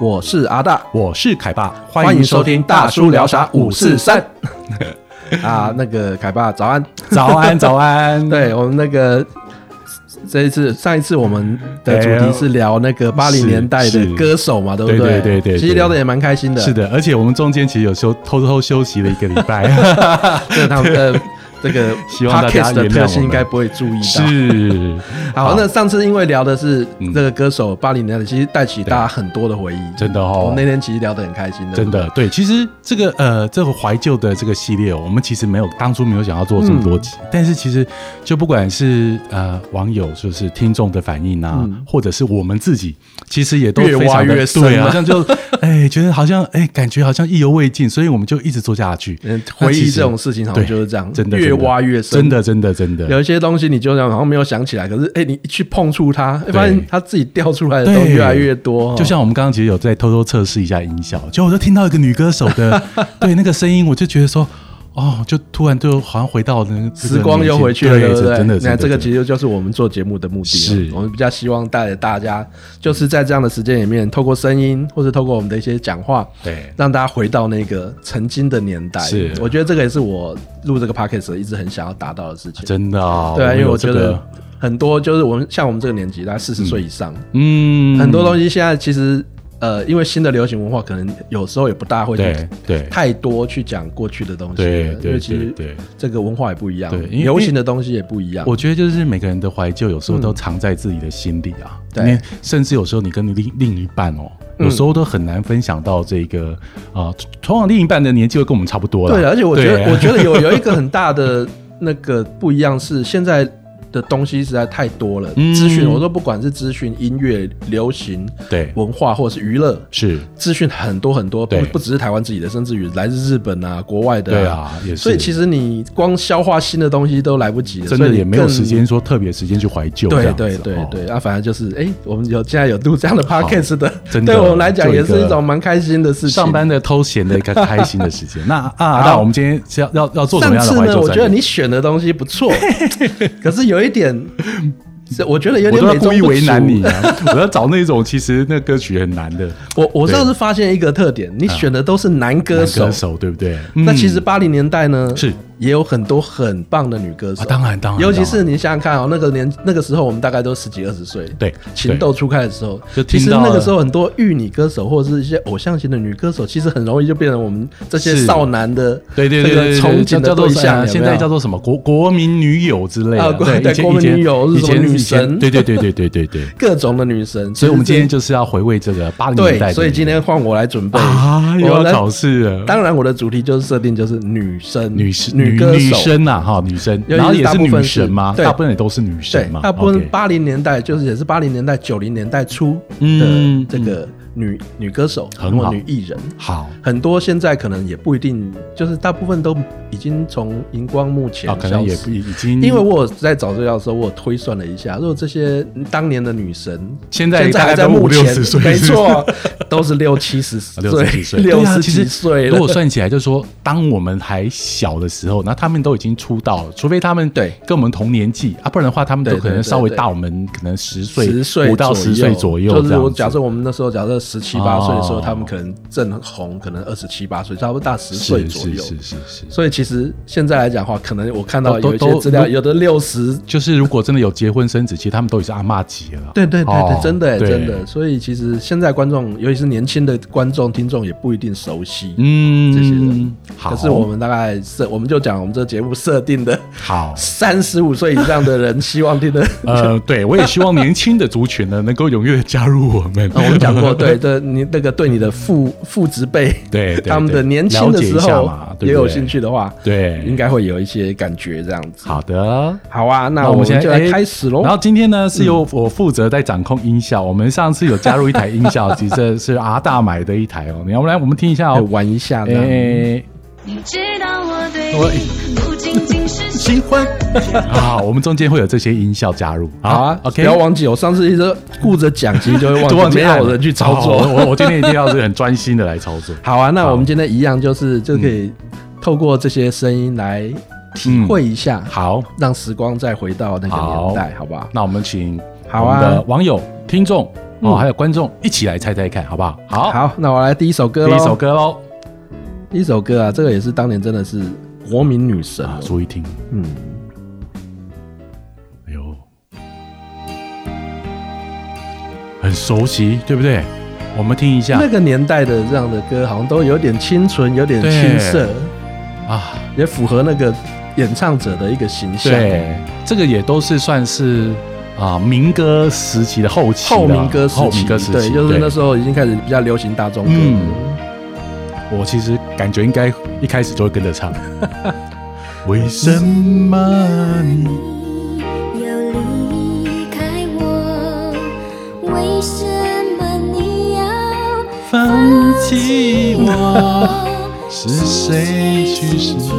我是阿大，我是凯爸，欢迎收听大叔聊啥五四三。 啊，那个凯爸早安，早 安，早安。对我们那个这一次上一次我们的主哎题是聊那个八零年代是的歌手嘛，对不对对对对对其实聊的也蛮开心的，是，的，而且我们中间其实有休偷偷休息了一个礼 拜，嗯这他们的这 个希望大家 podcast 的原谅特我性们应该不会注意到。是好，那上次因为聊的是嗯这个歌手八零年代，其实带起大家很多的回忆，真的我哦们那。天其实聊得很开心的，真的对，其实这个呃，这个怀旧的这个系列哦，我们其实没有当初没有想要做这么多集，嗯但是其实就不管是呃网友就是听众的反应啊，嗯或者是我们自己，其实也都越非常挖的越深对了啊，好 像就哎觉得好像哎感觉好像意犹未尽，所以我们就一直做下去。嗯，那回其忆实这种事情好像对就是这样，真的越真的挖越深。真的真的真的有一些东西你就想好像没有想起来，可是哎、你一去碰触它，会对发现它自己掉出来的对都越来越多。哦就像我们刚刚其实有在偷偷测试一下音效，就我就听到一个女歌手 的对那个声音，我就觉得说，哦，就突然就好像回到那个时光又回去了，对对不对？真的，真那的这个真其的实就是我们做节目的目的啊。是我们比较希望带给大家，就是在这样的时间里面，透过声音或者透过我们的一些讲话，对让大家回到那个曾经的年代。是我觉得这个也是我录这个 podcast 一直很想要达到的事情。真的哦，对啊，因为有我这觉个得很多就是我们像我们这个年纪，大概四十岁以上，嗯很多东西现在其实呃，因为新的流行文化，可能有时候也不大会去对对太多去讲过去的东西对了，因对为其对实对，这个文化也不一样对，因为流行的东西也不一样。我觉得就是每个人的怀旧有时候都藏在自己的心里啊，嗯对你甚至有时候你跟你另另一半哦。嗯有时候都很难分享到这个啊、通常另一半的年纪会跟我们差不多了。对，啊而且我觉对啊得，我觉得有有一个很大的那个不一样是，现在的东西实在太多了。嗯资讯，我说不管是资讯、音乐、流行、对文化，或者是娱乐，是，资讯很多很多，不对不只是台湾自己的，甚至于来自日本啊、国外的、对。啊，也是。所以其实你光消化新的东西都来不及了，真所以的你也没有更时间说特别时间去怀旧这对样子。对对哦对，啊，反正就是，哎、我们有现在有录这样的 podcast 的，真的 对我们来讲就一也个是一种蛮开心的事情。上班的偷闲的一个 开心的时间。那啊，那我们今天是要要要做什么上样的次呢，怀旧我专觉得辑你选的东西不 错，可是有一点，这我觉得有我点都美要故中意不为足难你。啊！我要找那种其实那歌曲很难的我我倒是发现一个特点，你选的都是男 歌啊男手。歌手，对不对？那嗯其实八零年代呢，是也有很多很棒的女歌手，啊当然当然尤其当是你想想看哦，那个年那个时候我们大概都十几二十岁，对情窦初开的时候，就其听实到了那个时候很多玉女歌手或者是一些偶像型的女歌手，其实很容易就变成我们这些是少男的对对对这个对对憧叫憬叫的做对什么象，现在做叫做什么国国民女友之类啊的，国对，对以前国民以前女友是以什么前女以前神对对对对对 对对。各种的女神。所以我们今天就就是要回味这个八零年代对，的所以今天换 我来准备啊，又我要来考试了。当然，我的主题就是设定就是女生、女士女歌女手、生呐，哈，女生，尤其是然后也大部女分是神嘛，对大部分也都是女对神嘛，，大部分 OK 八零年代就是也是八零年代、九零年代初的嗯这个女、女歌手很好或女艺人，好很多现在可能也不一定，就是大部分都已经从荧光幕前啊，可能消也失。不已经，因为我有在找资料的时候，我有推算了一下，如果这些当年的女神现在大还概在都幕五六前十岁，没错，都是六七十是岁、不是， 六十六十几岁，对啊其几实岁了。如果算起来，就是说，当我们还小的时候，那他们都已经出道了，除非他们对跟我们同年纪啊，不然的话，他们都对可对能对稍微对大我们可能十岁，十岁五到左十右岁左右就这是我样假子。设我们那时候假设十七八岁的时候，哦他们可能正红，可能二十七八岁，差不多大十岁是左是右。是是是，所以其实现在来讲的话，可能我看到都有一都些资料，都有的六十，就是如果真的有结婚生子，其实他们都已经阿嬷级了。对对对哦对，真的对真的。所以其实现在观众，尤其是年轻的观众听众，也不一定熟悉。嗯，这些人好，可是我们大概设，我们就讲我们这节目设定的。好三十五岁以上的 人，希望听的。呃，对，我也希望年轻的族群呢，能够踊跃地加入我 们。哦我们讲 过，对，这你那个对你的父父职辈，对对对他们的年轻的时了解一下候嘛对不对也有兴趣嗯的话，对应该会有一些感觉这样子。好的。好啊，那那我我们们现在哎就来开始嗯喽然。后今天呢，是由我负责在掌控音效。我们上次有加入一台音效机，这是阿大买的一台哦。你要不然我们听一下来哦。玩一下呢，哎，你知道我对你不仅仅是喜欢，啊，我们中间会有这些音效加入。好啊，OK，不要忘记，我上次一直顾着讲，其实就会忘 都记，忘记没按了有人去操作。好我我我今天一定要是很专心的来操作。好啊，那好嗯我们今天一样就是就可以透过这些声音来体会一下，好，让时光再回到那个年代，好不好？那我们请好我啊们的网友、听众哦，嗯还有观众一起来猜猜看，好不好？好，好，那我来第一首歌第喽。一首，歌喽，第一首歌啊，这个也是当年真的是国民女神啊啊，注意听，嗯，哎呦，很熟悉，对不对？我们听一下那个年代的这样的歌，好像都有点清纯，有点对青涩，啊，也符合那个演唱者的一个形象。对，这个也都是算是啊民歌时期的后期了，后民歌时后期，民歌时期，对，就是那时候已经开始比较流行大众歌。嗯我其实感觉应该一开始就会跟着唱。 为什么你要离开我，为什么你要放弃我？我？是谁去失了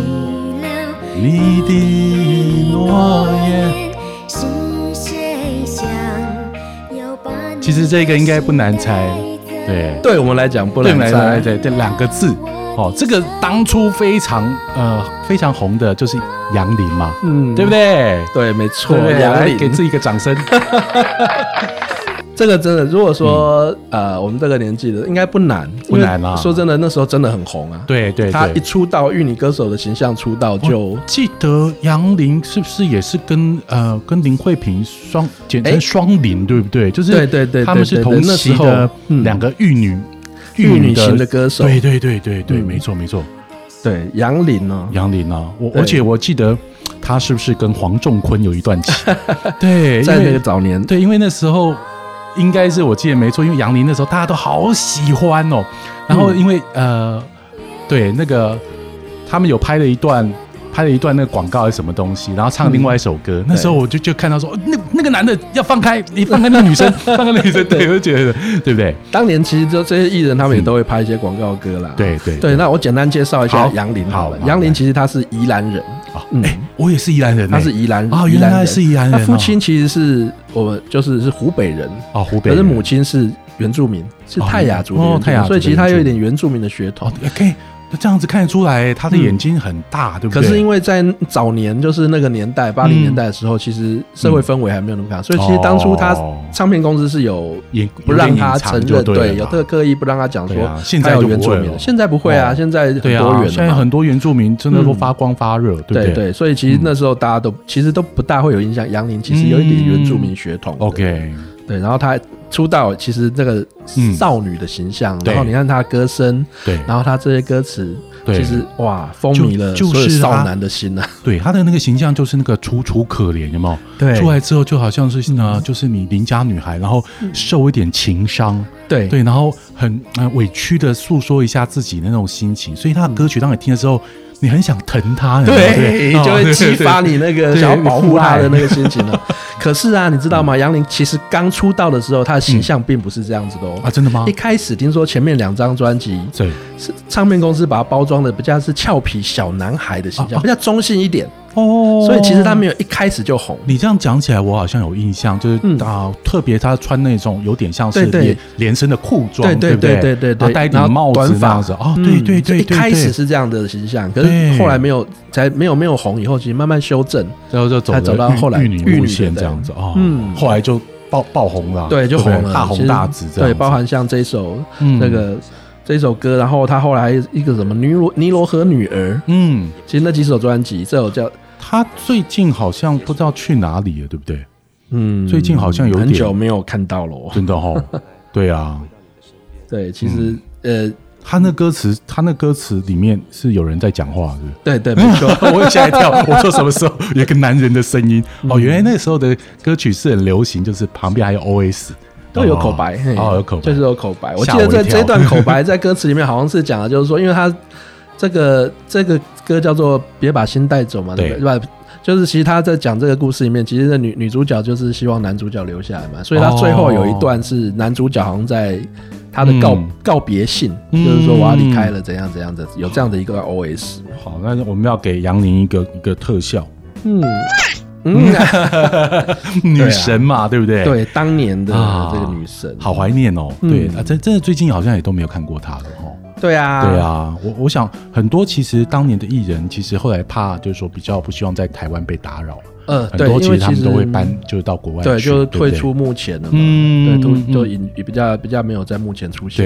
你的诺言？？是谁想要把你其实这个应该不难猜，对，对我们来讲不对能来再来对对两个字哦，这个当初非常呃非常红的就是杨林嘛，嗯，对不？对？对，没错对不，对？杨来林给自己一个掌 声。这个真的，如果说呃，我们这个年纪的应该不难，不难啦因为说真的，那时候真的很红啊。，对对哦他一对，出道，玉女歌手的形象出道就记得杨林是不是也是跟呃跟林慧萍双简哎称双林，对不对？就是对对对对他们是对对同对那时期候的嗯两个玉女玉女型的歌手对对对对对，嗯没错没错，对杨林哦呢，杨林啊，我对而且我记得他是不是跟黄仲坤有一段情？ 对，在因那为个早年，对，因为那时候应该是我记得没错，因为杨林那时候大家都好喜欢哦。然后嗯因为、呃，对那个他们有拍了一段。拍了一段那个广告还是什么东西，然后唱另外一嗯首歌。那时候我就就看到说，哦那那个男的要放开，你放开那个 女生，放开那个女生，对，我就觉得对不对？当年其实就这些艺人他嗯们也都会拍一些广告歌啦。对对对，那我简单介绍一下好杨林好了好。好杨林其实他是宜兰人，啊，嗯哎，我也是宜兰人欸，他是宜兰哦原来他是宜兰人他父亲其实是我们就是是湖北人，哦，湖可北人，是母亲是原住民，是泰雅族的原住哦民泰雅族的所以其实他原有住民一点原住民的血统哦。，可以，那这样子看得出来，他的嗯眼睛很大，对不可对？嗯是因为在早年，就是那个年代，八零年代的时候，其实社会氛围还没有那么强，所以其实当初他哦唱片公司是有也不让他承认，对，有特刻意不让他讲说对啊现他在有就原不住会民了的，现在不会啊，哦现在很多对元啊，了现在嘛嗯很多原住民真的都发光发热，对不对对对，所以其实那时候大家都其实都不大会有印象，杨林其实有一点原住民血统的。嗯？OK，对，然后他出道其实这个嗯少女的形象，对然后你看她的歌声，对，然后她这些歌词，对其实哇，风靡了就所有就是啊少男的心啊。对他的那个形象就是那个楚楚可怜，有没有？对嗯出来之后就好像是呢，就是你邻家女孩，然后受一点情伤，对对，然后很呃委屈的诉说一下自己的那种心情，所以他的歌曲当你听的时候，你很想疼他，有没有对，就会激发。哦你对对对那个 对嗯想要保护她父爱的那个心情 了。可是啊，你知道吗？杨林其实刚出道的时候，她的形象并不是这样子的哦嗯啊，。真的吗一？开始听说前面两张专辑对，是唱片公司把它包装的比较是俏皮小男孩的形啊象，啊比较中性一点，哦所以其实他没有一开始就红。你这样讲起来，我好像有印象，就是啊、嗯特别他穿那种有点像是对对连连身的裤装，对不对对对对然后戴一顶帽然后短子那发样子，哦，嗯对对对一对，开始对，是这样的形象，可是对后来没有，才没有没有红以后，其实慢慢修正，然后就走才了走到玉后来玉女玉路女线的这样子哦，嗯后来就爆爆红了，对，就不红了，大其红实大紫这样对，子，包含像这首嗯那个这首歌，然后他后来还有一个什么尼罗尼罗河女儿，嗯，其实那几首专辑，这首叫他最近好像不知道去哪里了，对 不对？嗯，最近好像有点很久没有看到了哦。真的哦，对啊，对，其实嗯呃，他那歌词，他那歌词里面是有人在讲话，是不是？对对，没错， 我也吓 一跳，我说什么时候有个男人的声音？嗯哦，原来那时候的歌曲是很流行，就是旁边还有 OS，都有口白，嘿哦，有口白，就是有口白。我记吓得我这一跳这段口白在歌词里面好像是讲的，就是说，因为他这个这个歌叫做《别把心带走》嘛，对对不对吧？就是其实他在讲这个故事里面，其实那女女主角就是希望男主角留下来嘛，所以他最后有一段是男主角好像在他的告、嗯告别信，嗯就是说我要离开了，怎样怎样的，有这样的一个 OS。好，那我们要给杨宁一个一个 特效，嗯嗯、女神嘛，对不对？， 啊对，当年的啊这个女神，好怀念哦。嗯对，啊，真真的最近好像也都没有看过她了哦。对啊，对，啊，我我想很多其实当年的艺人，其实后来怕就是说比较不希望在台湾被打扰，呃，很对，多因其为实他们其都会实搬，就是到国外去，对，就是不对退出幕前了嘛，嗯对，嗯都就嗯也比较比较没有在幕前出现，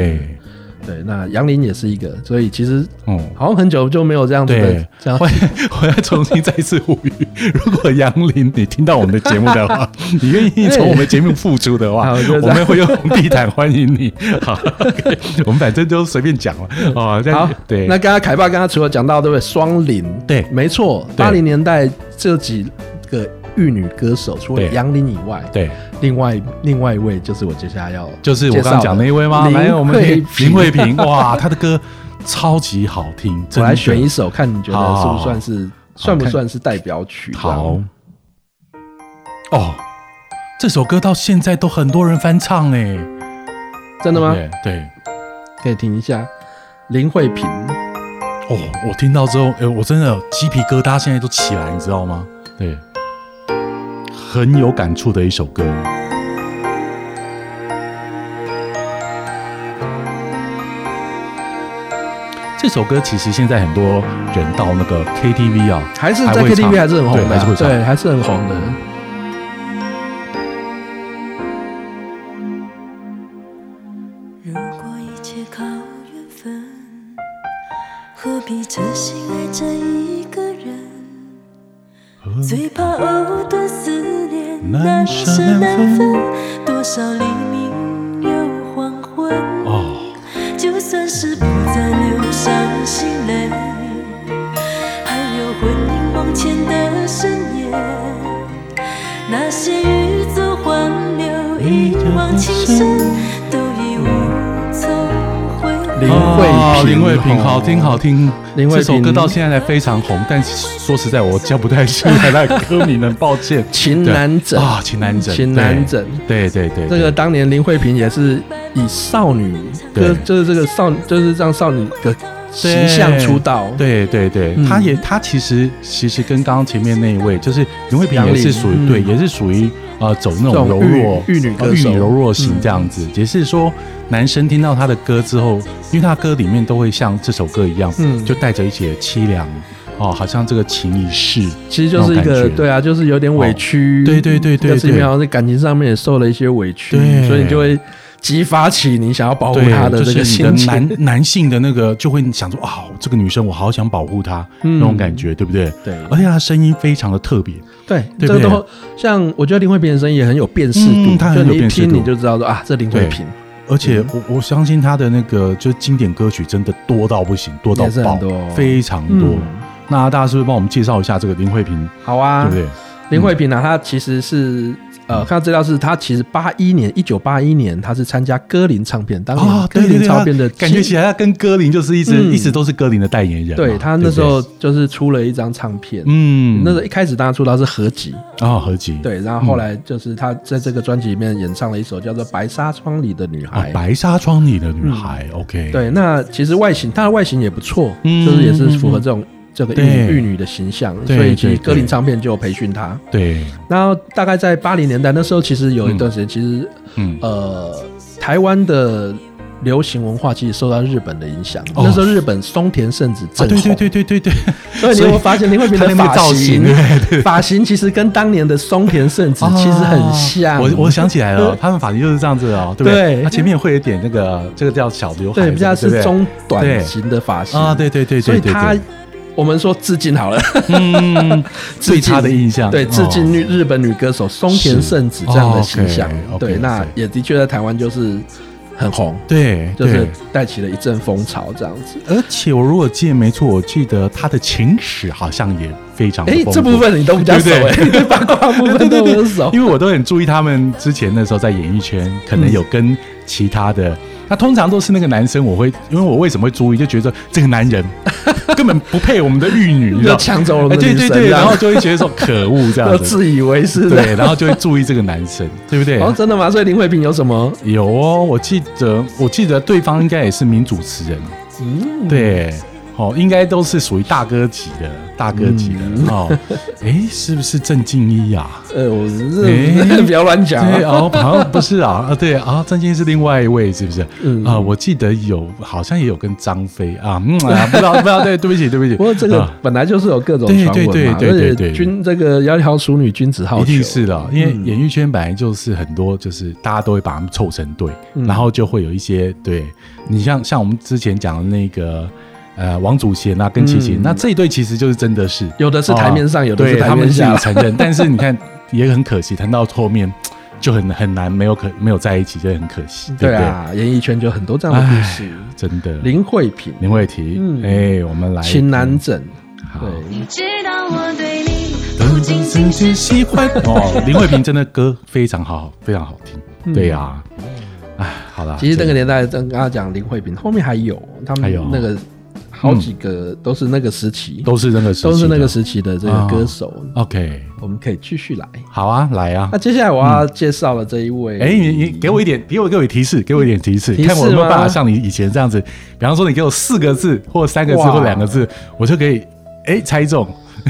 对，对，那杨林也是一个，所以其实嗯。好像很久就没有这样子对的这样我。 我要重新再次呼吁， 如果杨林你听到我们的节目的 话，你愿意从我们节目付出的话，好就这样我们会用红地毯欢 迎你。好 OK，我 们反正就随便讲了哦。但好，对，那刚刚凯爸刚刚除了讲到对不对，双林，对没错，对八零年代这几个玉女歌手，除了对杨林以外，对，另外另外一位就是我接下来要就是我刚刚讲那一位 吗？介绍的来，我们林听慧 林慧萍，哇，她的歌超级好听，真我的来选一首，看你觉得是好不是算是算不算是代表曲？好。哦，这首歌到现在都很多人翻唱哎，这样，真的吗？对对。可以听一下林慧萍，哦，我听到之后，哎、我真的鸡皮疙瘩现在都起来，你知道吗？对，很有感触的一首歌。这首歌其实现在很多人到那个 KTV 啊，还是在还会唱 KTV 还是很红对的还是啊，会唱对，还是很红的。如果一切靠缘分，何必真心爱着一个人？最怕藕断丝连，难难舍舍难难分分。多少黎明又黄昏，哦，就算是不再流伤心泪，还有婚姻往前的深夜，那些欲走还留、一往情深，都已无从回林头。慧萍哦林慧萍，哦好听好听。林慧萍这首歌到现在非常红，但说实在，我叫不太出来那个歌名，很抱歉。情难枕啊，情难枕，情难枕， 对对对，对这个当年林慧萍也是以少女对歌，就是这个少，就是让少女的形象出道。对对对，哦嗯他也他其实其实跟刚刚前面那一位，就是林慧萍也是属于杨丽对，嗯也是属于呃走那这种种柔玉弱玉女呃歌手嗯玉女柔弱型这样子，也是说男生听到他的歌之后，因为他歌里面都会像这首歌一样，嗯就带着一些凄凉哦，好像这个情已逝，其实就是一那种个感觉对啊，就是有点委屈，哦对对对对就是因为对好像在感情上面也受了一些委屈对，所以你就会激发起你想要保护对，她的就这个是你心的情。男男性的那个就会想说啊，这个女生我好想保护她、嗯那种感觉，对不对？对而且她声音非常的特别，对，对不对这个都像我觉得林慧萍的声音也很有辨识嗯度，她很就有你一辨识听度你就知道说啊，这林慧萍而嗯且我我相信她的那个就是经典歌曲真的多到不行，多到也是爆，很多哦非常多。嗯那大家是不是帮我们介绍一下这个林慧萍，好啊，对不对？林慧萍呢、啊她其实是呃，看到资料是她其实八一年，一九八一年，她是参加歌林唱片，当啊年，歌对对林对，她唱片的经、感觉起来，她跟歌林就是一直、嗯一直都是歌林的代言人嘛。对她那时候对不对，就是出了一张唱片，嗯，那时候一开始大家出道是合集，哦合集，对，然后后来就是她在这个专辑里面演唱了一首叫做《白纱窗里的女啊孩》，白纱窗里的女孩、o 嗯 k，对，那其实外形，她的外形也不错，嗯就是也是符合这种。这个玉对女玉女的形象，对所以其对实歌林对唱片就有培训她。对，然后大概在八零年代那时候，其实有一段时间，其实嗯，呃，台湾的流行文化其实受到日本的影响。哦那时候日本松田圣子啊，呃正红，对对对对对所对，以你有没有发现林慧萍她的那边发造型型对对 对，发型其实跟当年的松田圣 子啊 其实很像。我我想起 来了，他们发型就是这样子哦，对不对？对他前面会有点那个，这个叫小刘海，对比较对不对是中短型的发型啊，，对对对所对以对他对，我们说致敬好了，嗯， 最差的印象，对，致敬哦日日本女歌手松田圣子这样的形象是哦。，OK，OK，对，那 OK 也的确在台湾就是很红。对，就是对。带起了一阵风潮，这样子。而且我如果记得没错，我记得他的情史好像也非常的哎、丰富这部分你都比较熟哦对哎、不对你 对八卦部分都比较熟。因为我都很注意他们之前那时候在演艺圈，可能有跟其 他的。那通常都是那个男生，我会因为我为什么会注意，就觉得这个男人 根本不配我们的玉女，你知道就抢走了我们的哎对女对神对，这样然后就会觉得说可恶 这都样子，自以为是的。对，然后就会注意这个男生，对不对？哦，真的吗？所以林慧萍有什么？有哦，我记得我记得对方应该也是名主持人，嗯，对，哦，应该都是属于大哥级的，大哥级的、嗯 哦。哎，是不是郑敬一呀、啊？呃，我是 哎不要乱讲对啊。哦，好像不是啊，啊对啊，郑敬一是另外一位，是不是？嗯啊，我记得有，好像也有跟张飞啊，嗯啊，不知道不知道，对，对不起，对不起。不过这个啊本来就是有各种对传闻嘛，对对对对而对且君这个窈窕淑女，君子好一逑，定是的，因嗯为演艺圈本来就是很多，就是大家都会把他们凑成队，嗯然后就会有一些对你像像我们之前讲的那个呃王祖贤啊跟齐秦，嗯那这一对其实就是真的是有的是台面上，有的是对台他们面自下己。承 认，但是你看也很可惜，谈到后面就很很难没有可没有在一起，就很可惜，对对不对？啊，演艺圈就很多这样的故事。真的，林林慧萍、林慧琪，嗯哎，我们来秦南枕，好对，你知道我对你不不仅仅仅仅是是喜 喜欢。哦，林慧萍真的歌非常好，非常好听。嗯对呀，哎，好啦，其实那个真的年代，刚刚刚讲林慧萍，后面还有他还们有哦嗯那个好几个都是那个时期，都是那个时期的，哦都是那个时期的这个歌手， OK，我们可以继续来。好啊，来啊那。接下来我要介绍的这一位，哎，你你给我一点，给我给我提示，给我一点提示，提示看我有没有吗办法像你以前这样子。比方说，你给我四个字，或三个字，哇或两个字，我就可以哎猜中。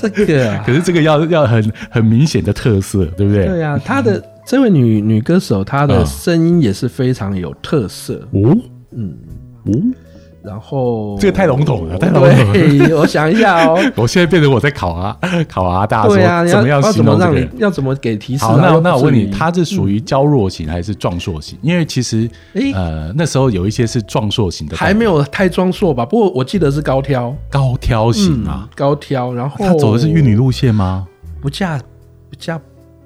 这个啊，可是这个要要很很明显的特色，对不对？对啊，她的这位女女歌手，她的嗯声音也是非常有特色，哦，嗯，哦，然后这个太笼统了太笼统了对，我想一下哦。我现在变成我在考啊 考啊， 大家对啊，说你怎么要样要形怎么容这让个你人？要怎么给提示啊？好，那又不那我问至你，于它是属于娇弱型还是壮硕型？因为其实诶，呃，那时候有一些是壮硕型的，还没有太装硕吧？不过我记得是高挑，高挑型啊。高挑，然后他走的是玉女，路线吗？不嫁不嫁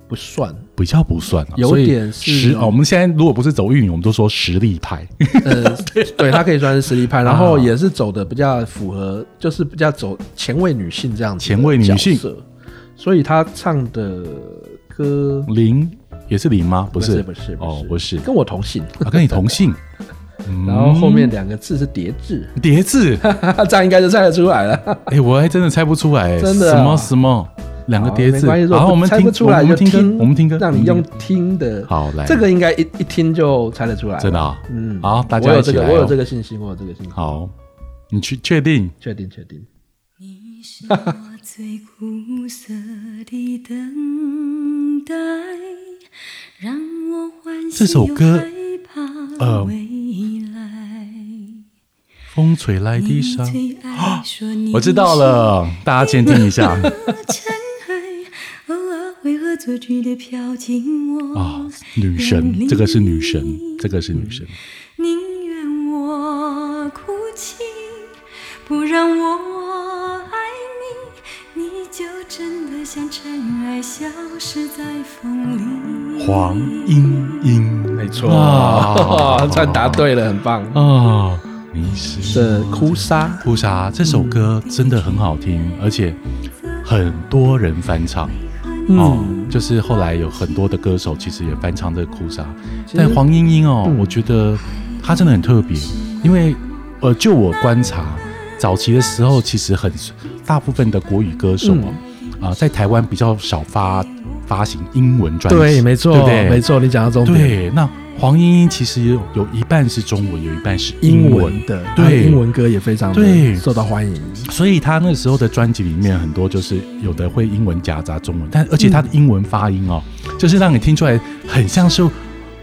不 算，比较不算啊，有所以点是实哦。我们现在如果不是走玉女，我们都说实力派。 呃，对，她可以算是实力派，然后啊也是走的比较符合，就是比较走前卫女性这样子的前卫女性角色，所以她唱的歌零也是零吗？不是，不是不哦是，不是，跟我同姓，啊跟你同姓。 然后后面两个字是叠字， 叠字，这样应该就猜得出来了。哎，我还真的猜不出来，哎真的啊什么什么两个叠好没字。关系，如果然后我们猜听，不出来我就们听歌，我们听歌，让你我用们听听歌的。好来，这个应该一一听就猜得出来了，真的啊，嗯好，大我家有一这起个，来我有这哦。个信心，我有这个信心。好，你去确定？确定，确定。你是我最苦涩的等待，让我欢喜这首歌又害怕呃未来。风吹来的你沙，最爱说你我知道了，大家监听一下。是尘埃，偶尔为何错觉的飘进 我啊，女神，这个是女神，这个是女神。宁愿我哭泣，不让我爱你，你就真的像尘埃，消失在风里。黄莺啊莺，没错 哇算答对了，很棒。啊，你是这哭砂，菩萨这首歌真的很好听，而且很多人翻唱嗯哦，就是后来有很多的歌手其实也翻唱这个哭砂，其实但黄莺莺哦，嗯我觉得她真的很特别，因为呃，就我观察，早期的时候其实很大部分的国语歌手哦嗯啊，在台湾比较少发发行英文专辑，对，没错，对不对？没错，你讲到重点，对，那黄莺莺其实有有一半是中文，有一半是英英文的，她对，英文歌也非常对的受到欢迎。所以他那时候的专辑里面很多就是有的会英文夹杂中文，但而且他的英文发音哦，就是让你听出来很像是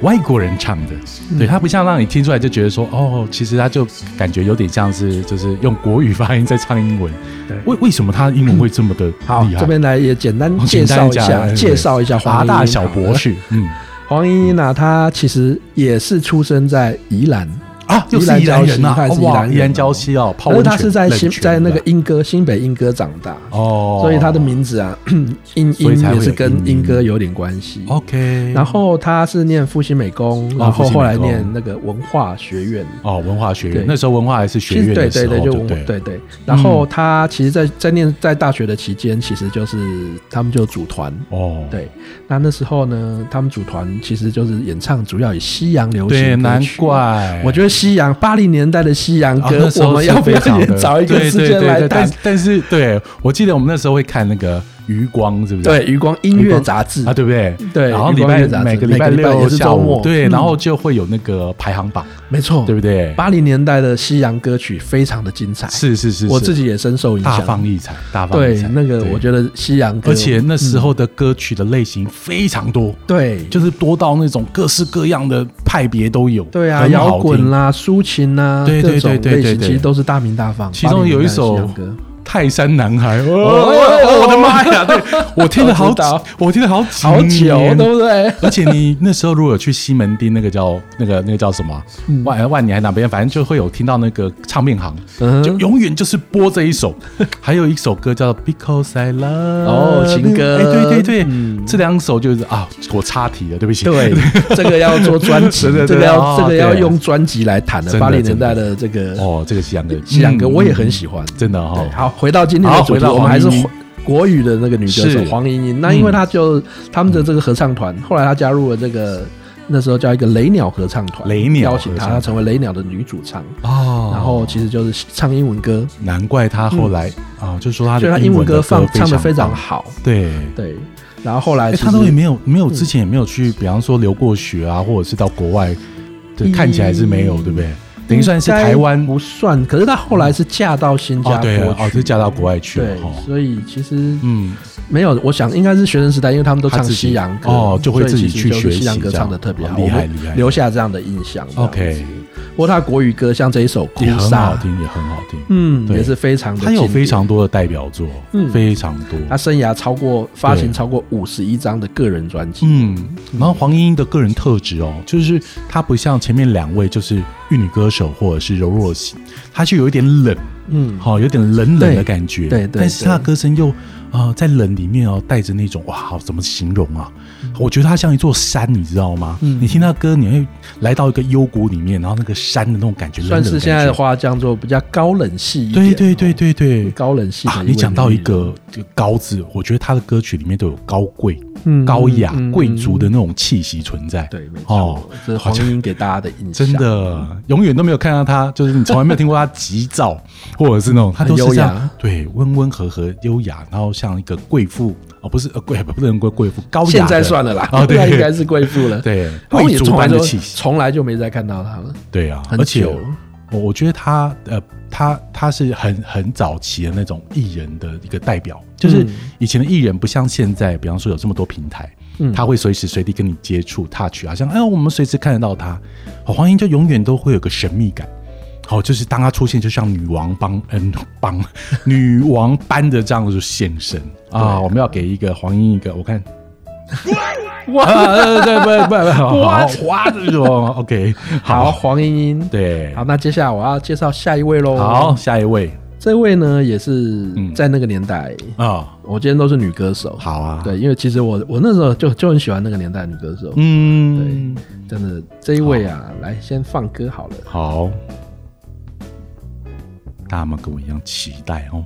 外国人唱的，对他不像让你听出来就觉得说哦，其实他就感觉有点像是就是用国语发音在唱英文对。为为什么他的英文会这么的好厉，害？这边来也简单我介哦简单绍一讲下，对介绍一下华黄莺莺大小博博士士，嗯黄莺莺呢，她其实也是出生在宜兰，啊，又宜是兰宜兰礁人溪呐她，是宜哇，兰宜人兰哦礁溪哦，泡而温泉，她是在冷新泉在那的个莺歌新北莺歌长大，哦，所以她的名字 啊，莺所以莺才会也是有跟莺莺莺歌有点关系。 OK，哦然后他是念复兴美工，然复后兴美后来工念那个文化学院。哦，文化学院对那时候文化还是学院对对的时候，对，就文对嗯不对对。然后他其实在，在念在大学的期间，其实就是他们就组团。哦，对，那那时候呢，他们组团其实就是演唱，主要以西洋流行对，歌难曲。怪我觉得西洋八零年代的西洋啊歌那，时我候们是要不非要常也的找一个对时对间对来对谈但？但是对我记得我们那时候会看那个余光，是不是？对，余光音乐杂志啊，对不对？对然后余礼光拜音乐杂志每个每礼个拜礼拜六也是下周午末，对，嗯然后就会有那个排行榜，没错，对不对？八零年代的西洋歌曲非常的精彩，是是是，我是自己也深受影大响。放异彩，大放异对彩。，那个我觉得，得西洋歌，嗯而且那时候的歌曲的类型非常多，对，就是多到那种各式各样的派别都有，对啊，很好摇滚听。啦、抒情啦，对对各种对对类对型对其实都是大名大放。其中有一首80年代的西洋歌《泰山男孩》哦，哦我的 妈呀！对，我听了好我知道，我听了好几好久，哦年对不对？而且你那时候如果有去西门町那个叫那个那个叫什么啊万万年还哪边，反正就会有听到那个唱片行，嗯就永远就是播这一首。还有一首歌叫《Because I Love》哦情歌哎，对对对，嗯这两首就是啊，我插题了，对不起。 对，这个要做专辑对对，对这个哦要这个要对用专辑来谈的。真的八零年代的这个哦，这个西洋歌，西洋歌，嗯我也很喜欢。真的哈、对，哦。好，回到今天的好主回题，到我们还是黄莺莺国国语的那个女歌手是嗯黄莺莺。那因为她就他们的这个合唱团，后来她加入了这个那时候叫一个雷鸟合唱团，雷鸟邀请合她，唱她成为雷鸟的女主唱，哦，然后其实就是唱英文歌，难怪他后来啊、就说他所以她的嗯英文文歌放唱的的非常棒，好，对。对。然后后来哎、其实他都也没有嗯没有之前也没有去，比方说留过学啊，或者是到国外，对，嗯看起来是没有，对不对？等于算是应该台湾不算，可是她后来是嫁到新加哦，坡对啊，哦，去就嫁到国外去了对，哦，所以其实嗯，没有，我想应该是学生时代，因为他们都他唱自己西洋歌哦就会所以自己其实去就是学习西洋歌这样唱的特别好，哦厉害我们厉害留下这样的印象。这样 OK 不过他国语歌像这一首《哭也很砂好》，听，也很好听。嗯，对也是非常的他有经典非常多的代表作，嗯非常多。他生涯超过发行对超过五十一张的个人专辑，嗯，然后黄莺莺的个人特质哦，就是她不像前面两位，就是玉女歌手或者是柔弱型，她就有一点冷，嗯，好、有点冷冷的对感觉。对对但是对她的歌声又呃，在冷里面哦，带着那种哇，好怎么形容啊？我觉得她像一座山，你知道吗？嗯你听她歌，你会来到一个幽谷里面，然后那个山的那种感觉，冷算冷的是感现在觉的话叫做比较高冷系一点，对对对对对哦，高冷系啊的。，你讲到一位女个这个高字，我觉得她的歌曲里面都有高贵、嗯高雅嗯、嗯贵族的那种气息存在。人，对，没哦错，这是好黄像莺莺给大家的印象，真的，永远都没有看到他，就是你从来没有听过他急躁，或者是那种他都是这很优样雅，对，温温和和、优雅，然后像一个贵妇哦，不是呃贵，不能归贵妇，高雅的。现在算了啦，哦，对，现在应该是贵妇了，对然后贵也族从来般的就气息，从来就没再看到她了。对啊，很而且久我我觉得他呃，他他是很很早期的那种艺人的一个代表，就是嗯以前的艺人不像现在，比方说有这么多平台，嗯他会随时随地跟你接触、touch，好像哎，我们随时看得到他。哦黄英就永远都会有个神秘感。好、就是当他出现，就像女王帮嗯帮女王般的这样子现身啊！对我们要给一个黄英一个，我看，哇，对对对，不 不好，好哇，这种 OK，好，黄莺莺。对，好，那接下来我要介绍下一位喽。好，，下一位这位呢也是嗯在那个年代，啊、我今天都是女歌手。好啊，，对，因为其实我我那时候就就很喜欢那个年代的女歌手。嗯，真的，这一位啊，来先放歌好了。好，大家们跟我一样期待哦。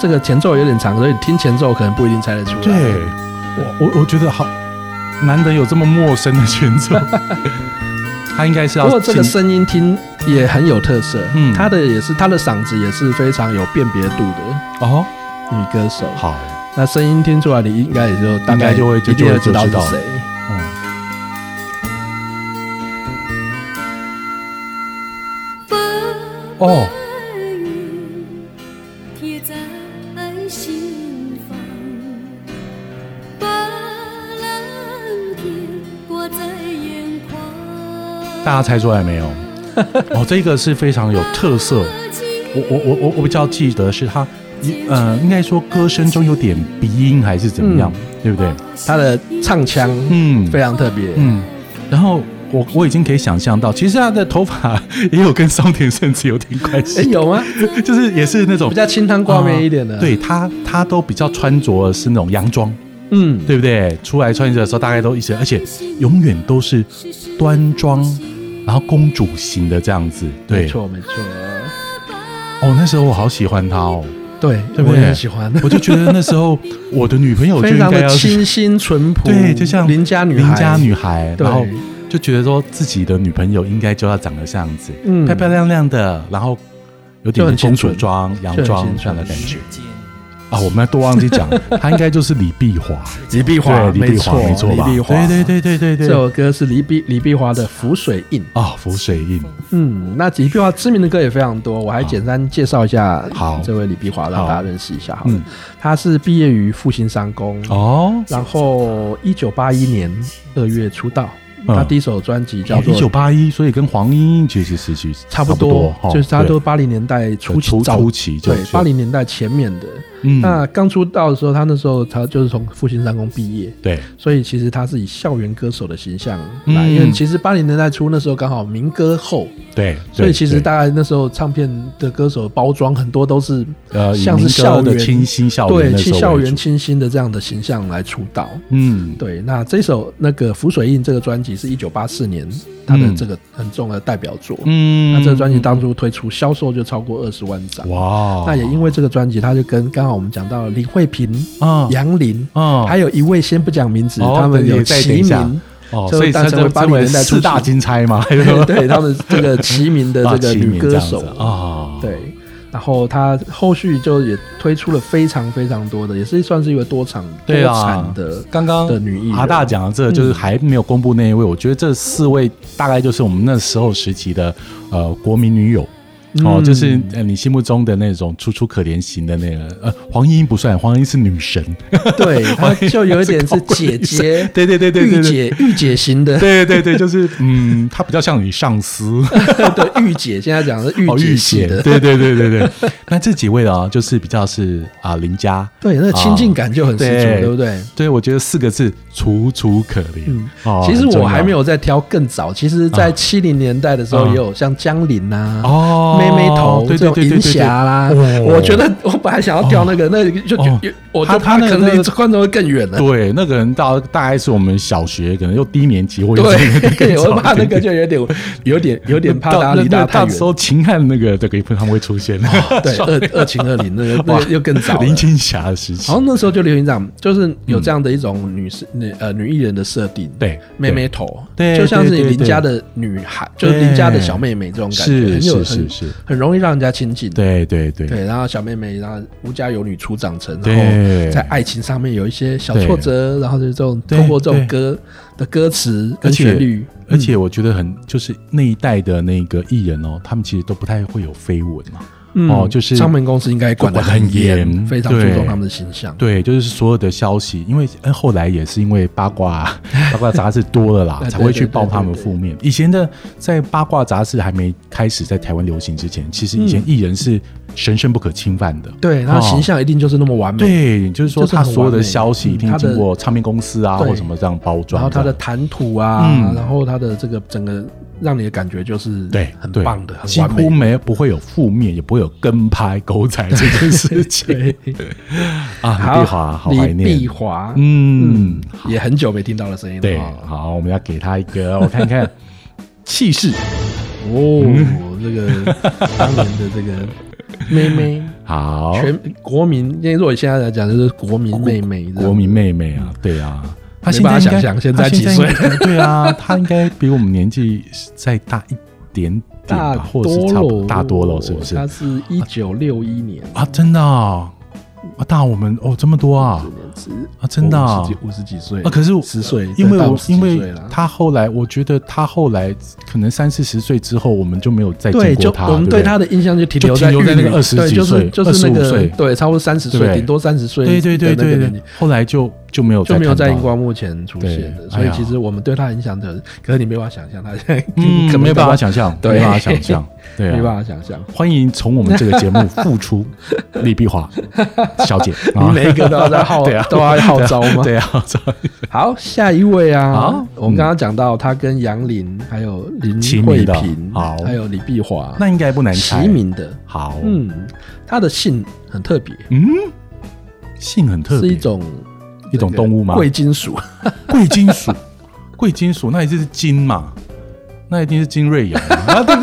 这个前奏有点长，所以听前奏可能不一定猜得出来。对，我我我觉得好难得有这么陌生的前奏， 他应该是要不过这个进声音听也很有特色，嗯，嗯她的也是她的嗓子也是非常有辨别度的哦，女歌手。好，那声音听出来，你应该也就大应概该就会就一定会就就知道知道是谁。嗯，哦，贴在心房，把蓝天挂在眼眶。大家猜出 来没有？哦，这个是非常有特色。我我我我我比较记得是他，呃，应该说歌声中有点鼻音还是怎么样，嗯对不对？她的唱腔嗯，非常特别，嗯，然后我我已经可以想象到，其实他的头发也有跟桑田圣子有点关哎，系，有吗？ 就是也是那种比较清汤挂面一点的。对他他都比较穿着的是那种洋装，嗯，对不对？出来穿着的时候大概都一身，而且永远都是端庄，然后公主型的这样子。没对，错没错，哦，那时候我好喜欢他哦，对，对不我对？也很喜欢，我就觉得那时候我的女朋友就非应常 该的要是清新淳朴，对，就像邻家女孩，邻家女孩，对然后就觉得说自己的女朋友应该就要长得这样子，嗯漂漂亮亮的，然后有就点很公清主纯装、洋就很装清这样的纯感觉啊。我们都忘 记讲，她应该就是李碧华，李碧对，华，李碧华，没错吧？李碧华，对对对对这对对。首歌是李碧李碧华的《浮水印》。啊，浮水印，嗯，那李碧华知名的歌也非常多，我还简单介绍一下好这位李碧华，让好大家认识一下好了。嗯他是毕业于复兴商工，哦，然后一九八一年二月出道，嗯他第一首专辑叫做一九八一，所以跟黄莺莺其实时期差不不多，哦就是他对呃都八零年代初期初早初期就对是八零年代前面的。嗯那刚出道的时候，他那时候他就是从复兴商工毕业，对所以其实他是以校园歌手的形象来，嗯因为其实八零年代初那时候刚好民歌后，对，所以其实大大概那时候唱片的歌手包装很多都是呃以像是民歌校的园清新校园对那时去候校为园主清新的这样的形象来出道。嗯对，那这首那个《浮水印》这个专辑是一九八四年他的嗯这个很重要的代表作。嗯，那这个专辑当初推出，销售就超过二十万张。哇，那也因为这个专辑，他就跟刚好我们讲到林慧萍、啊杨林，啊还有一位先不讲名字，哦他们对有也再等齐一下名，哦，就所以诞生称为为80称为年代初四大期金钗 嘛，对他们这个齐名 的啊这个齐女名歌这样手子啊，对，然后她后续就也推出了非常非常多的，也是算是一个多场多对啊产的，刚刚的女艺人阿大讲的这个就是还没有公布那一位，我觉得这四位大概就是我们那时候时期的呃国民女友。哦，嗯就是呃，你心目中的那种楚楚可怜型的那个，呃，黄莺莺不算，黄莺莺是女神， 对，她就有一点是姐姐，对对对对对御对， 姐御姐型的，对对对，就是嗯，她比较像你上司， 对御姐，现在讲的是哦，御御姐系姐，的，对对对对对。 那这几位啊，就是比较是啊邻家，对，那个亲近感就很十足，啊对对不对？对我觉得四个字楚楚可怜嗯。哦其实很重我要还没有在挑更早，其实，在七零年代的时候，也有像江玲呐、嗯哦妹妹头对这种对对对银对对霞啦哦。我觉得我本来想要挑那个，那个就哦就我就他他怕那个可能那离个观众会更远了。对，那个人到大概是我们小学，可能又低年级或者是 对，我早怕一那点个点就有点有点有点怕大家那离那大家到太时远。哦候秦汉那个这个他们会出现， 对，二二情二零那个那个又更早了。林青霞的时期好，像那时候就流行这样，就是有这样的一种女士、女呃女艺人的设定，嗯对妹妹头，对就像是对你对邻家的女孩，就对是邻家的小妹妹这种感觉，是很有是是很是很容易让人家亲近。对对对对，然后小妹妹，然后无家有女初长成，然对后在爱情上面有一些小挫折，然后就是这种对通过这对种歌的歌词而跟且旋律，而且我觉得很就是那一代的那个艺人哦，他们其实都不太会有绯闻嘛。嗯哦就是唱片公司应该管得管得很很严严，非常注对重他们的形象。对，就是所有的消息，因为呃后来也是因为八卦八卦杂志多了啦， 对对才会去报他们负面。以前的在八卦杂志还没开始在台湾流行之前，其实以嗯前艺人是神圣不可侵犯的。对，然后哦形象一定就是那么完美，对，就是说嗯就是他很所有的完美嗯消息一定他的经过唱片公司啊对或什么这样包然装，后他的谈吐啊，嗯然后他的这个整个让你的感觉就是对很对棒的，很几完乎美。没不会有负面，也不会有跟拍狗仔这件事 情啊。李碧华好怀李碧念，华，嗯嗯，，也很久没听到的声音了。对，哦好，我们要给他一个，我看看气势。嗯哦，这个当年的这个妹妹， 好，全国民，因为如果现在来讲就是国民妹妹，这样国民妹妹啊，对啊，她没办法应想该象现她在几岁应该对啊，她应该比我们年纪再大一点点大吧，或者是多差不多喽，大多了，是不是？她是一九六一年，啊，真的哦啊，大我们哦这么多啊啊，真的啊五十几五十几岁啊，可是我十岁，因为到我十几因岁为啦她后来，我觉得她后来可能三四十岁之后，我们就没有再对，哎见就过她，我们对对他的的印象就停就留停在留在那玉个女20对几就是岁就是那25岁个对，差不多三十对岁，顶多三十岁，对对对对年对纪，，后来就就没有就没有看在到荧光幕前出现对的，所哎以呀其实我们对他的影响的，可是你没办法想象他现在，嗯，可能没办法，想象，对没办法想 象，对啊，没办法想象。欢迎从我们这个节目复出李碧华 小姐，你啊每一个都要在号 对啊，都要号召吗对啊，号 召好，下一位啊好，嗯我们刚刚讲到他跟杨林、还有林齐名慧的萍好，还有李碧华，那应该不难猜齐。名的，好，嗯嗯，他的姓很特别，性很特是别，一种一种动物吗？贵金属， 贵金属，贵金属，那一定是金嘛，那一定是金瑞阳啊，对不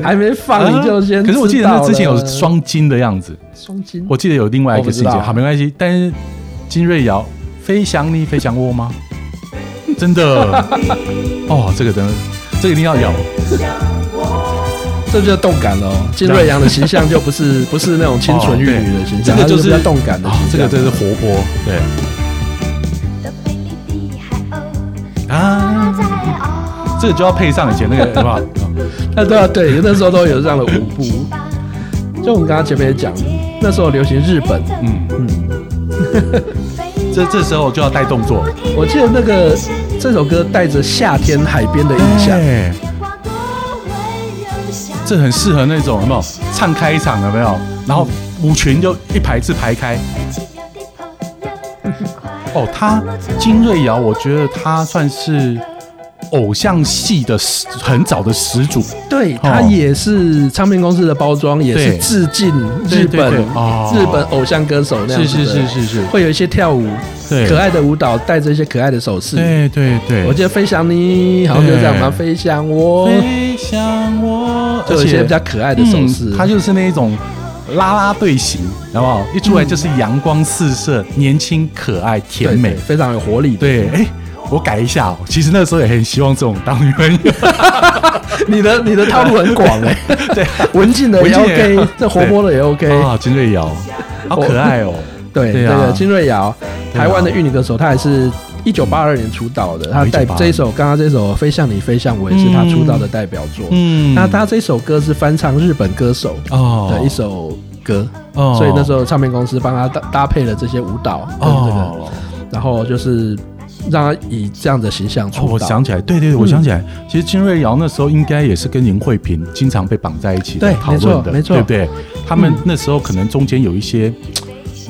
还没放你就先知道啊了。可是我记得那之前有双金的样子，双金，我记得有另外一个事我不啊件，知道好，没关系。但是金瑞瑶飞翔你飞翔我吗？ 真的。哦，这个真的，这个一定要咬。这就叫动感了哦。金瑞阳的形象就不 是不是那种清纯玉女的形象，这个她就就是比较动感的哦形象。这个真是活泼，对都被你的海鸥啊，在遨这个就要配上以前 那个，好不好？哦那对啊，对，那时候都有这样的舞步。吧。就我们刚刚前面也讲了，那时候流行日本，嗯，嗯，这这时候就要带动作，我记得那个这首歌带着夏天海边的印象，哎，花多温柔像这很适合那种有没有唱 开场有没有？然后舞群就一排字排开。奇妙的朋友，快哦，他金瑞瑶，我觉得他算是偶像系的始很早的始祖。对，它也是唱片公司的包装，也是对致敬对日对本对哦日本偶像歌手那样是子的是是是是，会有一些跳舞，对，可爱的舞蹈，带着一些可爱的手势。对对对，我记得飞翔你，好像就这样嘛，对飞翔我，飞向我，嗯就有一些比较可爱的手势。他就是那一种啦啦队型，好不好？一出来就是阳光四射，年轻可爱对甜美对。非常有活力。，对，哎，我改一下哦，其实那时候也很希望这种当女朋 友。你的你的套路很广哎， 对 文静的也文静也 OK，这活泼的也 OK。啊，金瑞瑶，好可爱哦。对，对那啊个金瑞瑶，对啊嗯台湾的玉女歌手，她也是一九八二年出道的，她代1982这一首刚刚这首《飞向你飞向我》也是她出道的代表作。嗯，那她这首歌是翻唱日本歌手哦的一首歌，哦所以那时候唱片公司帮她搭搭配了这些舞蹈跟这个，哦。然后就是让她以这样的形象哦，出我道想。起来，对对嗯对，我想起来，其实金瑞瑶那时候应该也是跟林慧萍经常被绑在一起对讨论的，没错嗯对不对？他们那时候可能中间有一些，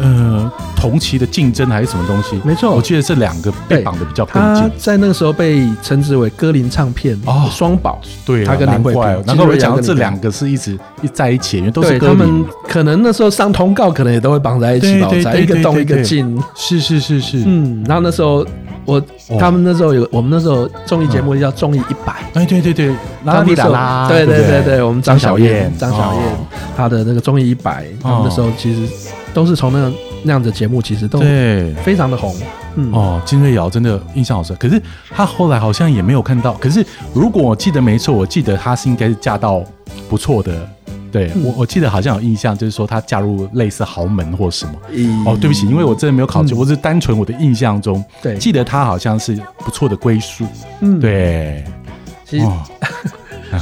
呃，同期的竞争还是什么东西，没错我记得这两个被对绑的比较更她紧，在那个时候被称之为歌林唱片哦双宝，对啊，她跟林难慧怪哦萍，难怪我金瑞瑶讲到跟这林慧两个是一直一在一起，因为都是对歌他们迷，可能那时候上通告，可能也都会绑在一起吧，对对我猜一对个对动对一个对进，是是是是，嗯，然后那时候我、哦他们那时候有我们那时候综艺节目叫综艺一百。哎，对对对，他拉们里那时拉候拉，对对对嗯不对对，我们张小燕，张张小小燕燕，哦她的那个综艺一百，他们那时候其实都是从那个那样的节目，其实都对。非常的红，嗯，哦，金瑞瑶真的印象好深，可是她后来好像也没有看到。可是如果我记得没错，我记得她是应该是嫁到不错的，对、嗯我我记得好像有印象，就是说她嫁入类似豪门或什么。咦哦，对不起，因为我真的没有考究，嗯我只是单纯我的印象中，对记得她好像是不错的归宿。嗯，对，其实哦，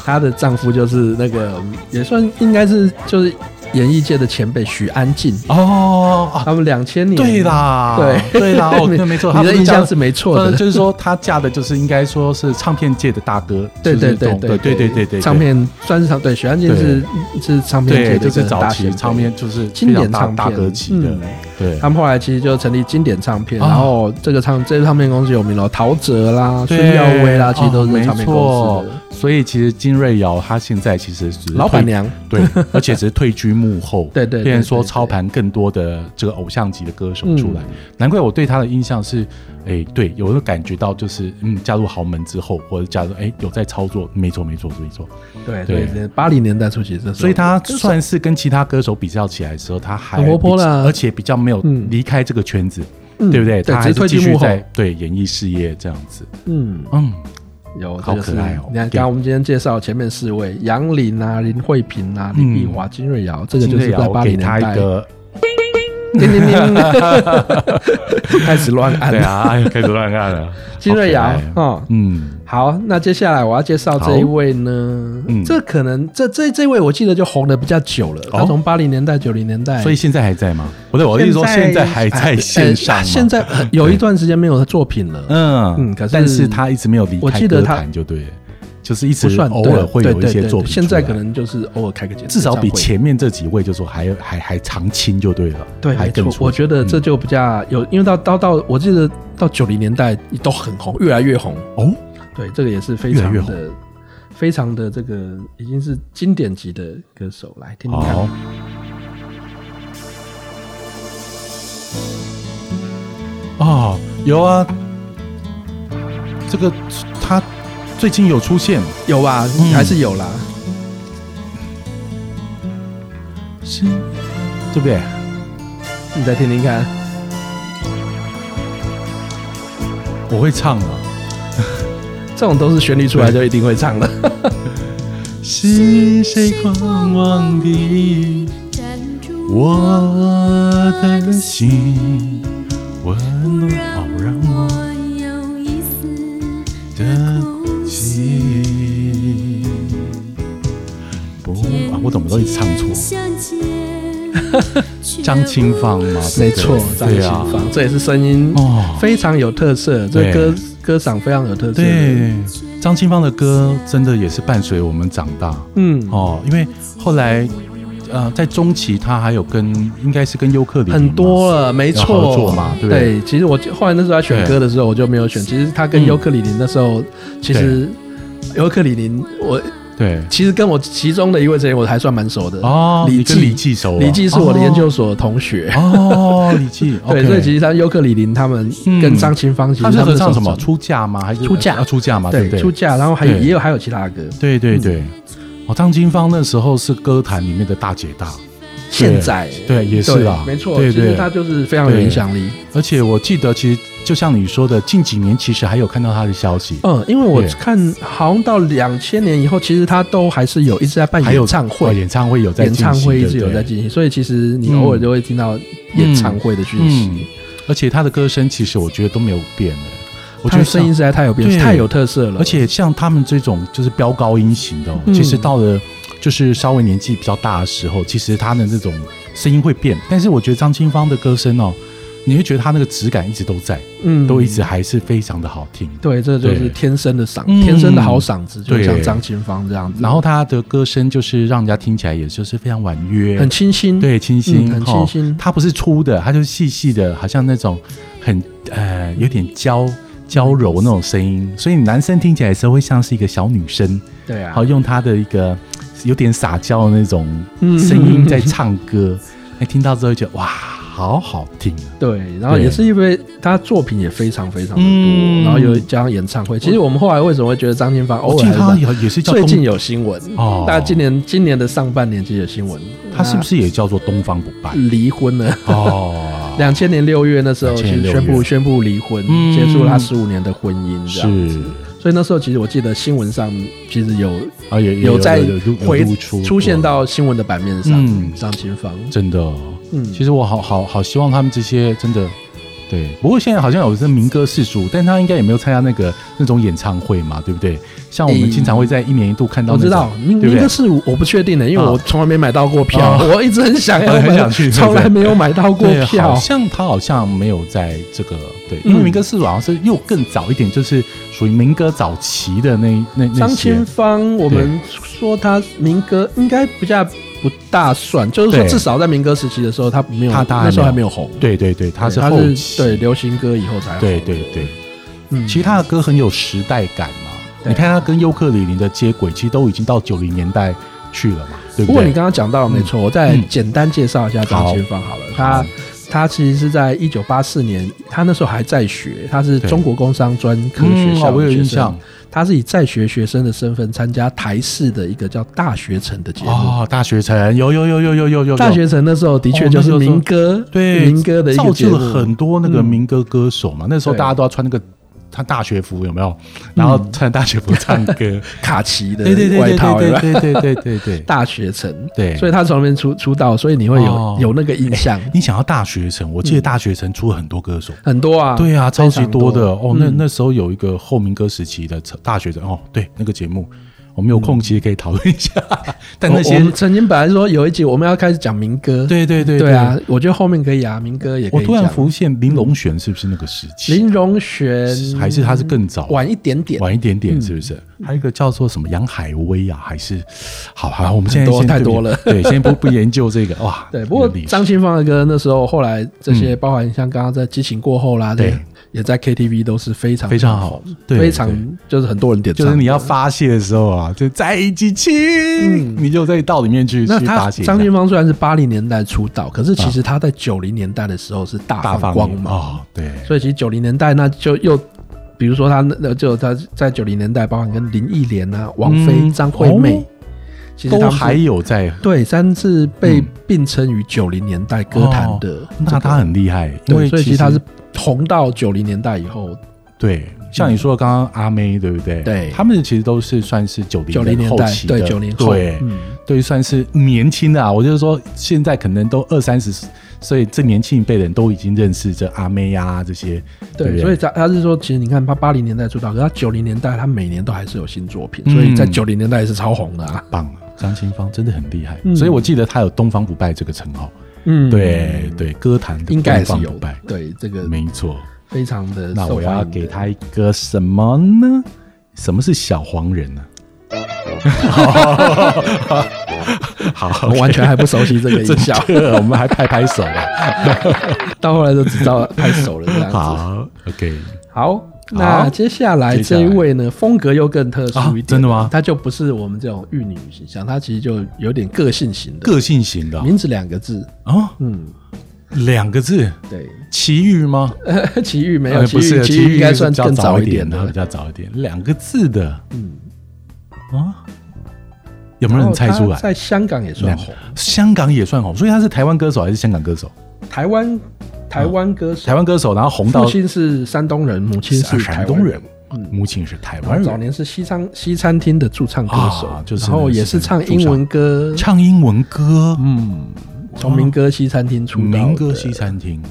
她的丈夫就是那个也算应该是就是演艺界的前辈许安静，哦啊，他们两千年对啦，嗯对对啦， 哦，你那没错，你的她不印嫁象是没错的呃就是说她嫁的就是应该说是唱片界的大哥，对就是对对懂对对对对对，唱片算是唱对，许安静是是唱片界的对，就一是个早大期前辈唱片，就是经典大唱片大歌级的嗯，对，他们后来其实就成立经典唱片，啊然后这个唱这个唱片公司有名了，陶喆啦、对孙耀威啦，其实都哦是没唱片公司的错。所以其实金瑞瑶她现在其实只是老板退娘。 对，而且只是退居幕 后，对对对变成说对对嗯操盘更多的这个偶像级的歌手出来，难怪我对她的印象是，哎，对，有的感觉到就是，嗯，加入豪门之后，或者加入哎有在操作，没错没错没错，对对对对，八零年代初期的时候，所以她算是跟其他歌手比较起来的时候，她还很活泼啦比较而且比较没有嗯离开这个圈子，嗯对不对？对他，只还是是退继居续幕后。在对演艺事业这样子。嗯，嗯，有好这个是可爱哦你看，对刚刚我们今天介绍前面四位，杨林啊、林慧萍啊、嗯林碧华、金瑞瑶，这个金就是瑞在瑶八给零年他代一。个，叮叮叮， 开始乱按对了。啊，哎呦开始乱按了。 金瑞好瑶可爱，哦，嗯，好，那接下来我要介绍这一位呢，嗯这可能这这这位我记得就红的比较久了，哦他从八零年代九零年代，嗯所以现在还在吗？不对，我的意思说现在还在线上哎吗？哎现在呃有一段时间没有作品了，嗯嗯可是但是他一直没有离我开记得歌他坛，就对了，就是一不直算偶对尔会对有一对些对作品出现来。在可能就是偶尔开个节，至少比演唱会前面这几位，就说还还还常青就对了，对，还没更错，出嗯我觉得这就比较有，因为到到到我记得到九零年代都很红，越来越红，哦，对，这个也是非常越来越的。非常的这个已经是经典级的歌手，来听听看。好，哦，有啊，这个他最近有出现，有吧，嗯还是有啦。是，对不对？你再听听看，我会唱了，这种都是旋律出来就一定会 唱的。是谁狂妄的站住我的心？温不暖让哦，让我我有一丝的空隙。心不啊，我怎么都一直唱 错？张清芳嘛， 没错，张对清啊，芳，这也是声音哦非常有特色，这对歌歌嗓非常有特色。对，张清芳的歌真的也是伴随我们长大嗯，哦，因为后来呃，在中期他还有跟应该是跟尤克里里嘛很多了，没有错，合作嘛对对不对其实我后来那时候在选歌的时候，我就没有选。其实他跟嗯尤克里里那时候，其实尤克里里我对其实跟我其中的一位成员我还算蛮熟的哦，李你跟李记，记熟啊，李记是我的研究所同学。哦，哦 李记，对， OK 所以其实他尤克里里他们跟嗯张清芳，其实他是合唱们什么手出嫁吗？还是出嫁要出嫁嘛？对对不对？出嫁，嗯然后还有对也有还有其他的歌。对对对，哦，张清芳那时候是歌坛里面的大姐大，现在对，也是啦，没错，对其实对。他就是非常有影响力。而且我记得，其实就像你说的，近几年其实还有看到她的消息，嗯，因为我对看好像到两千年以后，其其实他都还是有一直在办还哎有演唱哦会，演唱会有在演进行唱会一直对不有对在进行，所以其实你偶尔就会听到演唱会的讯嗯息。，而且她的歌声其实我觉得都没有变的，我觉他得的声音像，实在太有变，对太有特色了，而且像他们这种就是飙高音型的哦，嗯其实到了就是稍微年纪比较大的时候，其实她的那种声音会变，但是我觉得张清芳的歌声哦，你会觉得她那个质感一直都在，嗯都一直还是非常的好听。对，这就是对天生的嗓，嗯天生的好嗓子，就对像张清芳这样子，然后他的歌声就是让人家听起来也就是非常婉约，很清新，对清新，嗯很齁清新它不是粗的，它就是细细的，好像那种很呃有点娇娇柔那种声音，所以男生听起来的时候会像是一个小女生，对啊好，用他的一个有点撒娇的那种嗯声音在唱歌，哎，听到之后就觉得哇，好好听啊！对，然后对也是因为他作品也非常非常的多，嗯然后又加上演唱会，其实我们后来为什么会觉得张清芳偶尔我记得他还是也也是叫最近东，有新闻哦大家今年今年的上半年其实有新闻，他是不是也叫做东方不败他？离婚了？，哦两千年六月那时候，其2000实年6宣布月宣布离婚，嗯结束了他十五年的婚 姻，这样。是所以那时候其实我记得新闻上其实有啊，也也有在有回有出出现过到新闻的版面上嗯，张清芳，真的哦，嗯其实我好好好希望他们这些真的，对。不过现在好像有这民歌世俗，但他应该也没有参加那个那种演唱会嘛，对不对？像我们诶经常会在一年一度看到我那知种，道，明明对不哥对？是我不确定的，因为啊我从来没买到过票，啊我一直很想要买，很想去对不对从来没有买到过对，好票。像他好像没有在这个对，因为嗯民歌世俗好像是又更早一点，就是属于民歌早期的那那那张些清，芳，我们说他民歌应该比较不大算，就是说对至少在民歌时期的时候，他没有，他他还那时候还没没有红。对对对，他是他后是期，对流行歌以后才红对对对，嗯，其实他的歌很有时代感嘛。对你看他跟尤克里里的接轨，其实都已经到九零年代去了嘛，对不不过对你？刚刚讲到了没错，我再嗯简单介绍一下张清芳好了。他好他其实是在一九八四年，他那时候还在学，他是对中国工商专科学校嗯哦我的有学印生象。他是以在学学生的身份参加台视的一个叫《大学城》的节目。哦，大学城有有有有有有有大学城那时候的确就是哦那时候民歌，对民歌的一造个节就目，嗯了很多那个民歌歌手嘛。那时候对大家都要穿那个他大学服有没有？然后穿大学服唱歌，卡其的对对对嗯外对套，有没有对对对对对对 对。大学城，对所以他从那边出出道，所以你会有、哦有那个印象，你想要大学城，我记得大学城出了很多歌手。很多啊，对啊，超级非常多多的哦。那嗯那时候有一个后民歌时期的大学城哦，对那个节目，我们有空其实可以讨论一 下。但那我些我们曾经本来说有一集我们要开始讲民歌，对对对对啊，，我觉得后面可以啊，民歌也可我以突然讲浮现林隆璇是不是那个时期？林荣璇还是他是更早晚一点嗯点，晚一点点，是不是？还有一个叫做什么杨海威啊，还是好好，我们现嗯在很多先太多了对，先不不 研究这个哇。对，不过这个历史张清芳的歌那时候后来这些，嗯包含像刚刚在《激情过后》啦，对这也在 KTV 都是非常非常好，对，非常对就是很多人点唱就的，是你要发泄的时候啊，就在一起亲，你就在道里面去嗯那去他发泄一下。啊张清芳虽然是八零年代出道，可是其实他在九零年代的时候是大大放放光嘛，芒，哦，对，所以其实九零年代那就又，比如说他那就他在九零年代，包含跟林忆莲啊、王菲、嗯张惠妹，哦其实都他们是还有在，对三次被嗯哦并称于九零年代歌坛的这个、那他很厉害，因对，为所以其实其他是实红到九零年代以后对，像你说的刚刚阿妹，对不对？对他们其实都是算是九九零零年后代期，的，对九零后，对嗯，对，算是年轻的啊。我就是说，现在可能都二三十，所以这年轻一辈的人都已经认识这阿妹呀、这些，对对，不对所以他他是说，其实你看他八零年代出道，可他九零年代他每年都还是有新作品，所以在嗯九零年代也是超红的啊。棒啊！张清芳真的很厉害，嗯所以我记得她有“东方不败”这个称号。嗯，对对，歌坛的应该也东是方有不败，对这个没错。非常的那受我欢迎的。要给他一个什么呢？什么是小黄 人呢、好，好我完全还不熟悉这 个真音效，的，我们还拍拍手啊吧。到后来就只知道太熟 了这样子。好，OK，好，那接下来这一位呢，风格又更特殊一点，啊真的吗他就不是我们这种玉女形象，他其实就有点个性型的，个性型的啊名字两个字，哦，嗯，两个字， 对。奇遇吗？奇遇没呃有，不奇遇是哎奇遇应该算比较更早一一点的，的比。较早一点，两个字的嗯，啊，有没有人猜出哦然后他在来？香港也算两红，香港也算红，所以他是台湾歌手还是香港歌手？台湾台湾歌手，啊台湾歌手，然后红到啊父亲是山东人，母亲是山台东湾人，嗯母亲是台然湾后早人，年是西餐西餐厅的驻唱歌手，啊就然是后也是唱英文歌，唱英文歌，嗯，从民歌西餐厅出道的，民歌西餐厅，对。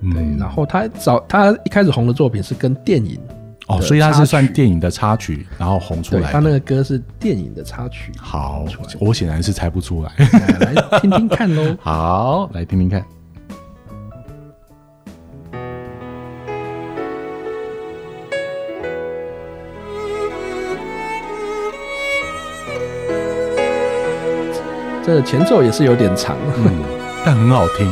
嗯然后他早他一开始红的作品是跟电影，哦，的所以他是插算曲电影的插曲，然后红出对来他那的。个歌是电影的插曲，好出来，我显然是猜不出来。。来来听听看喽好，来听听看。 这个前奏也是有点长， 嗯，但很好听。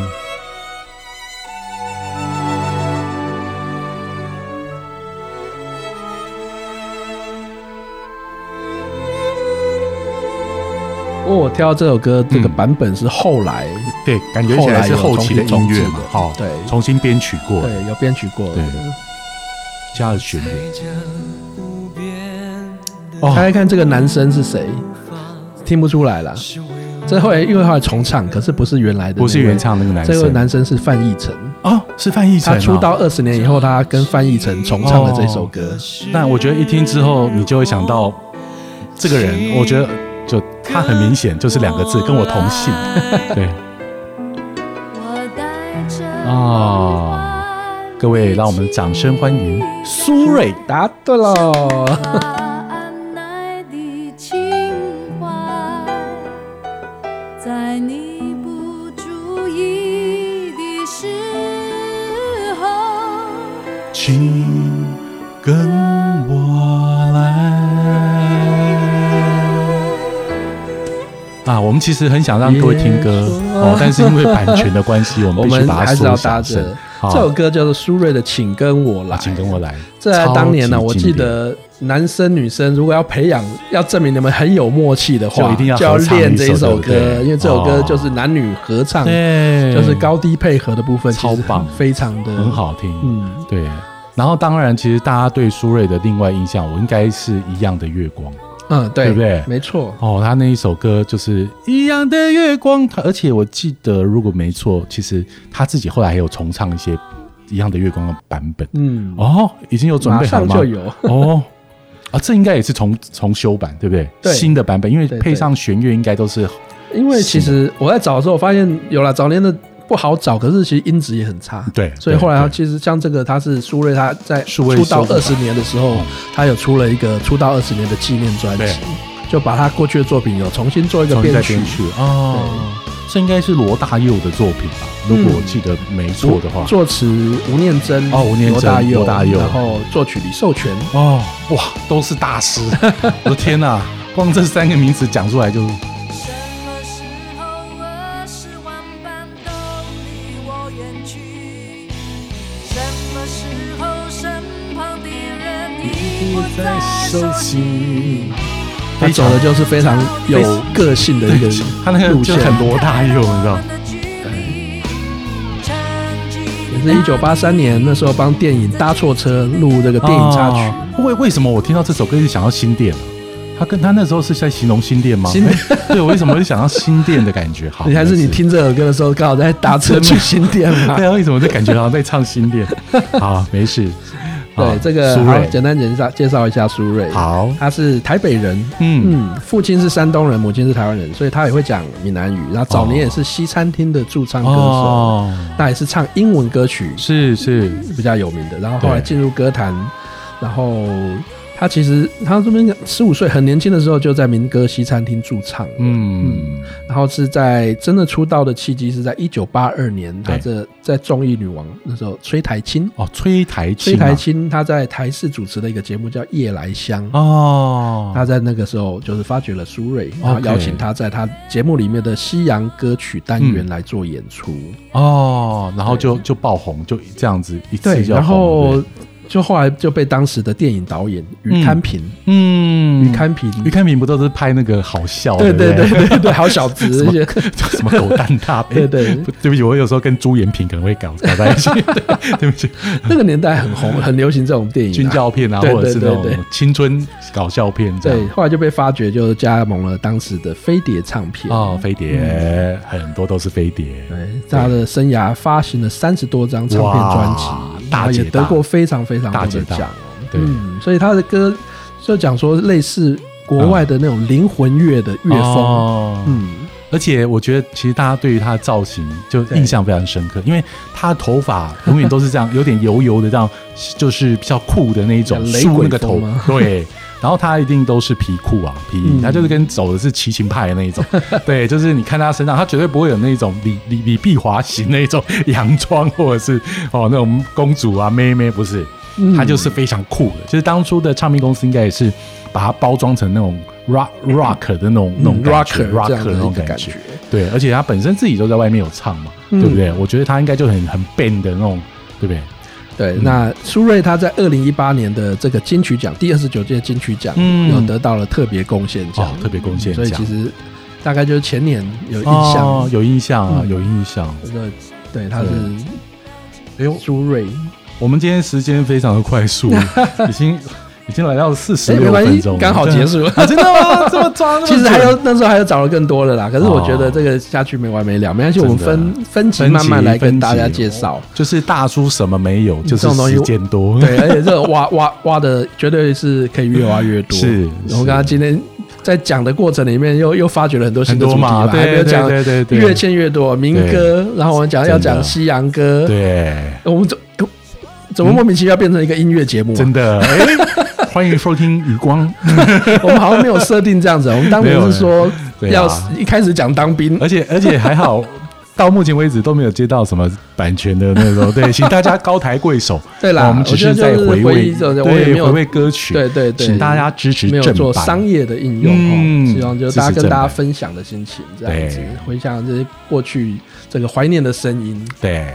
哦我我挑这首歌这个嗯版本是后来对，感觉起来是后期的音乐嘛，后好，来有重新重制的对重新编曲过，对有编曲过的对。加了旋律。猜哦，猜看这个男生是谁？听不出来啦。这后来因为后来重唱，可是不是原来的，不是原。唱那个男这位生，男生是范逸臣，哦，是范逸臣他哦。出道二十年以后，他跟范逸臣重唱了这首哦歌。但我觉得一听之后，你就会想到这个人，我觉得就他很明显就是两个字，跟我同姓。对，哦，各位，让我们掌声欢迎苏芮。答对了，安奈的情怀，在你不注意的时候。请跟我来。啊，我们其实很想让各位听歌别说哦，但是因为版权的关系，我 我们必须们把它还是缩要小搭声着。。好这首歌叫做苏芮的《请跟我来啊》。请跟我来。这在当年呢，超级我经记典得男生女生如果要培养，要证明你们很有默契的话，就一定要要合唱练这一首首对不歌，对因为这首歌哦就是男女合唱，对嗯就是高低配合的部分，超棒其实非常的很。好听，嗯，对。然后当然，其实大家对苏芮的另外印象，我应该是一样的月光嗯，对，对不对没错，哦，他那一首歌就是一样的月光，他而且我记得如果没错，其实他自己后来还有重唱一些一样的月光的版本。嗯，哦，已经有准马备好上吗就？有，哦，啊，这应该也是重重修版，对不对？对新的版本，因为对对配上弦乐应该都是因为其实我在找的时候，我发现有了早年的不好找，可是其实音质也很差。对所以后来对他对其实像这个，他是苏芮，他在数位出道收录二十年的时候嗯，他有出了一个出道二十年的纪念专对辑，就把他过去的作品有重新做一个重新编再曲编。曲哦。这应该是罗大佑的作品吧？嗯如果我记得没错的话，作词吴念真，哦吴念真罗大佑，罗大佑然后作曲李寿全，哦，哇，都是大师！我的天哪、光这三个名词讲出来就什么时候我是万般都离我远去？什么时候身旁的人已不再熟悉？他走的就是非常有个性的一个 他那个路就线，很罗大佑，你知道我？的距离，沉寂也是一九八三年那时候帮电影《搭错车》录这个电影插曲。哦为为什么我听到这首歌就想到新店啊？他跟他那时候是在形容新店吗？新店 对，我为什么会想到新店的感觉？好， 你还是你没事听这首歌的时候，刚好在搭车去新店嘛 对？啊，为什么就感觉好像在唱新店？好，没事。啊对，这个苏好芮，简单介绍介绍一下苏芮。，好，他是台北人，嗯，嗯，父亲是山东人，母亲是台湾人，所以他也会讲闽南语。然后早年也是西餐厅的驻唱歌手，哦，那也是唱英文歌曲是是，比较有名的。然后后来对进入歌坛，然后他其实他这边十五岁很年轻的时候就在民歌西餐厅驻唱，嗯，嗯，然后是在真的出道的契机是在一九八二年，他对这在综艺女王那时候崔台青。哦，崔台崔青，台，青她在台视主持的一个节目叫《夜来香》，哦，他在那个时候就是发掘了苏芮，然后 OK 邀请他在他节目里面的西洋歌曲单元来做演出。嗯哦，然后就就爆红，就这样子一次就然红后对就后来就被当时的电影导演于堪平，嗯，于堪平，于堪平不都是拍那个好笑，对不对对对对对对，好小什子，么而且 什么狗蛋 大杯，对对不对不起，我有时候跟朱延平可能会搞搞在一起，对对不起， 那个年代很红，很流行这种电影、啊， 军教片啊，对或者是那对对对种青春搞笑片这对，样。后来就被发掘，就加盟了当时的飞碟唱片。哦，飞嗯碟很多都是飞碟，对，他的生涯发行了三十多张唱片专哇辑，大然后也姐大得过非常非常大多姐的大奖。对，嗯，所以他的歌就讲说类似国外的那种灵魂乐的乐风，哦嗯，而且我觉得，其实大家对于他的造型就印象非常深刻，因为他的头发永远都是这样，有点油油的，这样就是比较酷的那一种，像雷梳那鬼个头风吗， 对。然后他一定都是皮裤啊，皮衣，嗯他就是跟走的是骑行派的那一 种，对，就是你看他身上，他绝对不会有那种李李李碧华型那种洋装， 或者是哦那种公主啊妹妹，不是，嗯他就是非常酷的。就是当初的唱片公司应该也是把它包装成那种 rock rock 的那种那种感觉嗯 rocker 这 rock 样的的那种一个感感觉嗯觉。对，而且他本身自己都在外面有唱嘛，对不对？我觉得他应该就很很 band 的那种，对不对？对，那苏芮她在二零一八年的这个金曲奖第二十九届金曲奖，嗯有得到了特别贡献奖哦，特别贡献所以奖其实大概就是前年有印哦象，有印象啊，嗯有印象。这个对，她是哎呦，苏芮，我们今天时间非常的 快速，已经已经来到四十哎没六关系分钟了，刚好结束啊真的吗？这么抓？ 其实还有有那时候还有找了更多的啦，可是我觉哦得这个下去没完没了，没关系，我们真的分分级分慢慢级来跟分大家级介绍。就是大叔什么没有，就是这种东西时间多。对，而且这个挖挖挖的绝对是可以越挖越多。是然后刚刚是今天在讲的过程里面又，又发掘了很多新的主题很多嘛对还没有讲，对对对对越欠越多民歌，然后我们讲真的要讲西洋歌，对。我们怎哎怎么莫名其妙变成一个音乐节目啊、真的， 哎，欢迎收听余光。我们好像没有设定这样子啊，我们当没有年是说对啊要一开始讲当兵， 而且而且还好， 到目前为止都没有接到什么版权的 那种。对，请大家高抬贵手。哦对啦我们只我觉得在就是回回味，忆这种对，我也没有回味歌曲。对对对，请大家支持没有正做版商业的应用嗯哦，希望就是大家支持正跟版大家分享的心情，这样子对回想这些过去这个怀念的声音。对，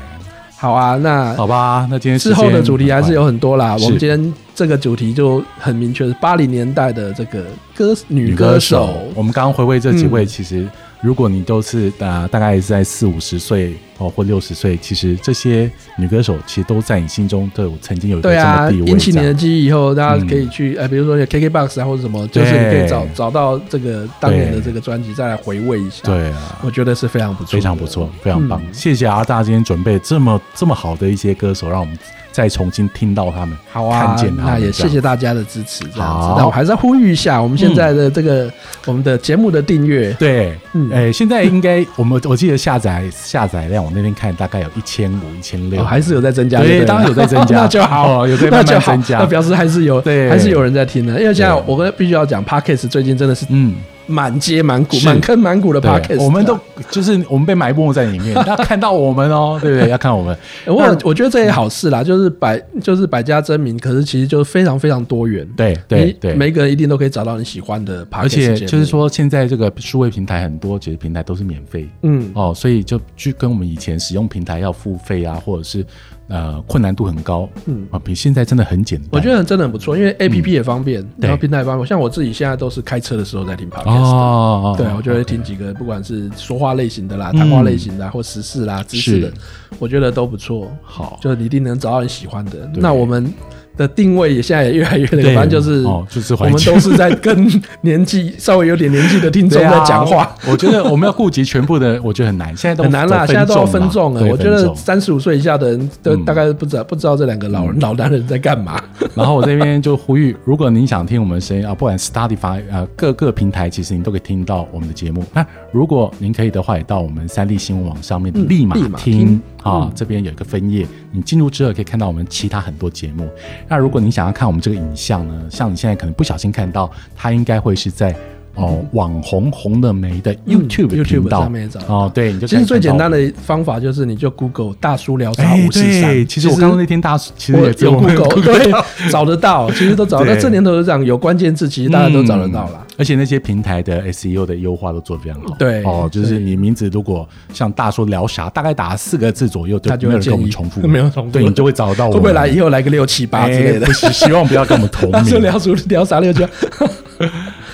好啊，那好吧，那今天之后时的间主题还是有很多啦。是我们今天这个主题就很明确，是八零年代的这个歌女女歌手歌手。。我们刚刚回味这几位，嗯其实如果你都是呃大概是在四五十岁哦或六十岁，其实这些女歌手其实都在你心中都有曾经有一个对这么啊，地位。引起你这的样嗯记忆以后，大家可以去哎，比如说有 KKBOX 啊，或者什么，就是你可以找对找到这个当年的对这个专辑，再来回味一下。，对啊。我觉得是非常不错的，非常不错，非常棒，嗯谢谢阿大今天准备这么这么好的一些歌手，让我们再重新听到他们，好啊看见，他们那也这谢样谢大家的支持，这样子好。那我还是要呼吁一下，我们现在的这个、我们的节目的订阅，对，嗯嗯，哎，现在应该我们我记得下载下载量，我那天看大概有一千五、一千六，哦、还是有在增加，嗯对不当然有在增加 那就好，哦 有在慢慢那就好增加那表示还是有，对还是有人在听的。因为现在对我跟必须要讲 p o d c a s t 最近真的是嗯，满街满谷、是满坑满谷的啊 p o d 对 c a s t 我们都就是我们被埋没在里 面，要看到我们哦，对不对？要看我们，我我觉得这也好事啦，就是百就是百家争鸣，可是其实就是非常非常多元，对对你对，每一个人一定都可以找到你喜欢的 p o 而 d c a s 且 t 就是，说，现在这个数位平台很多，其实平台都是免费嗯，哦，所以就去跟我们以前使用平台要付费啊，或者是呃困难度很高，嗯啊，比现在真的很简单。我觉得真的很不错，因为 A P P 也方便，嗯对然后平台也方便。像我自己现在都是开车的时候在听 podcast，、哦，对，啊我就会听几个，不管是说话类型的啦、谈话类型的啦，啊或时事啦、知识的嗯是，我觉得都不错。好就你一定能找到你喜欢的。那我们的定位也现在也越来越那个，对反正就是哦就是我怀们旧都是在跟年纪稍微有点年纪的听 众对在啊讲话。我觉得我们要顾及全部的，我觉得很难，现在都很难啦，啊都现在都要分众众了了。对我觉得分众三十五岁以下的人都嗯大概不知道不知道这两个老人老男人在干嘛。然后我这边就呼吁，如果您想听我们的声音啊，不管 Spotify 呃各个平台，其实您都可以听到我们的节目。那如果您可以的话，也到我们三立新闻网上面嗯立马立马听听嗯啊，这边有一个分页，你进入之后可以看到我们其他很多节目。那如果您想要看我们这个影像呢，像你现在可能不小心看到，它应该会是在。哦，网红红了没的 YouTube 嗯频 YouTube 道上面找得到哦，对，你就其实最简单的，的方法就是你就 Google 大叔聊骚哎，五四对，三。其实我刚刚那天大家其实我也只有我们 Google 对找得到，其实都找得到。对这年头是这样，有关键字其实大家都找得到啦。嗯而且那些平台的 SEO 的优化都做得非常好。对哦，就是对你名字如果像大说聊啥，大概打四个字左右，就他就没有会人跟建我们议重 复，没有重复对你就会找到我会们。不会来以后来个六七八之类的哎不？是，希望不要跟我们 同大叔名聊。叔聊啥 六七八？好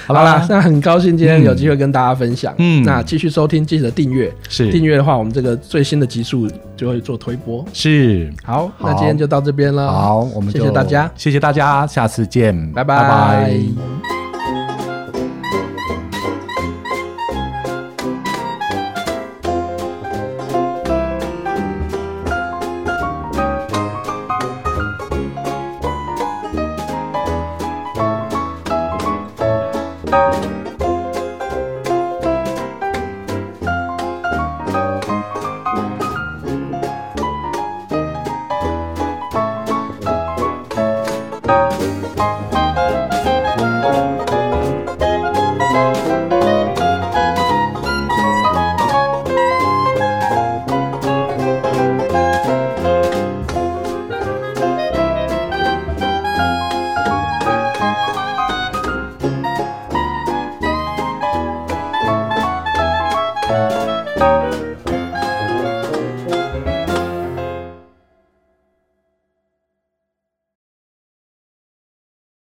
好啦啦，，那很高兴今天有机会跟大家分享。嗯嗯，那继续收听，记得订阅。是订阅的话，我们这个最新的集数就会做推播。是好，那好今天就到这边了。好，我们谢就谢大家，谢谢大家，下次见，拜拜。我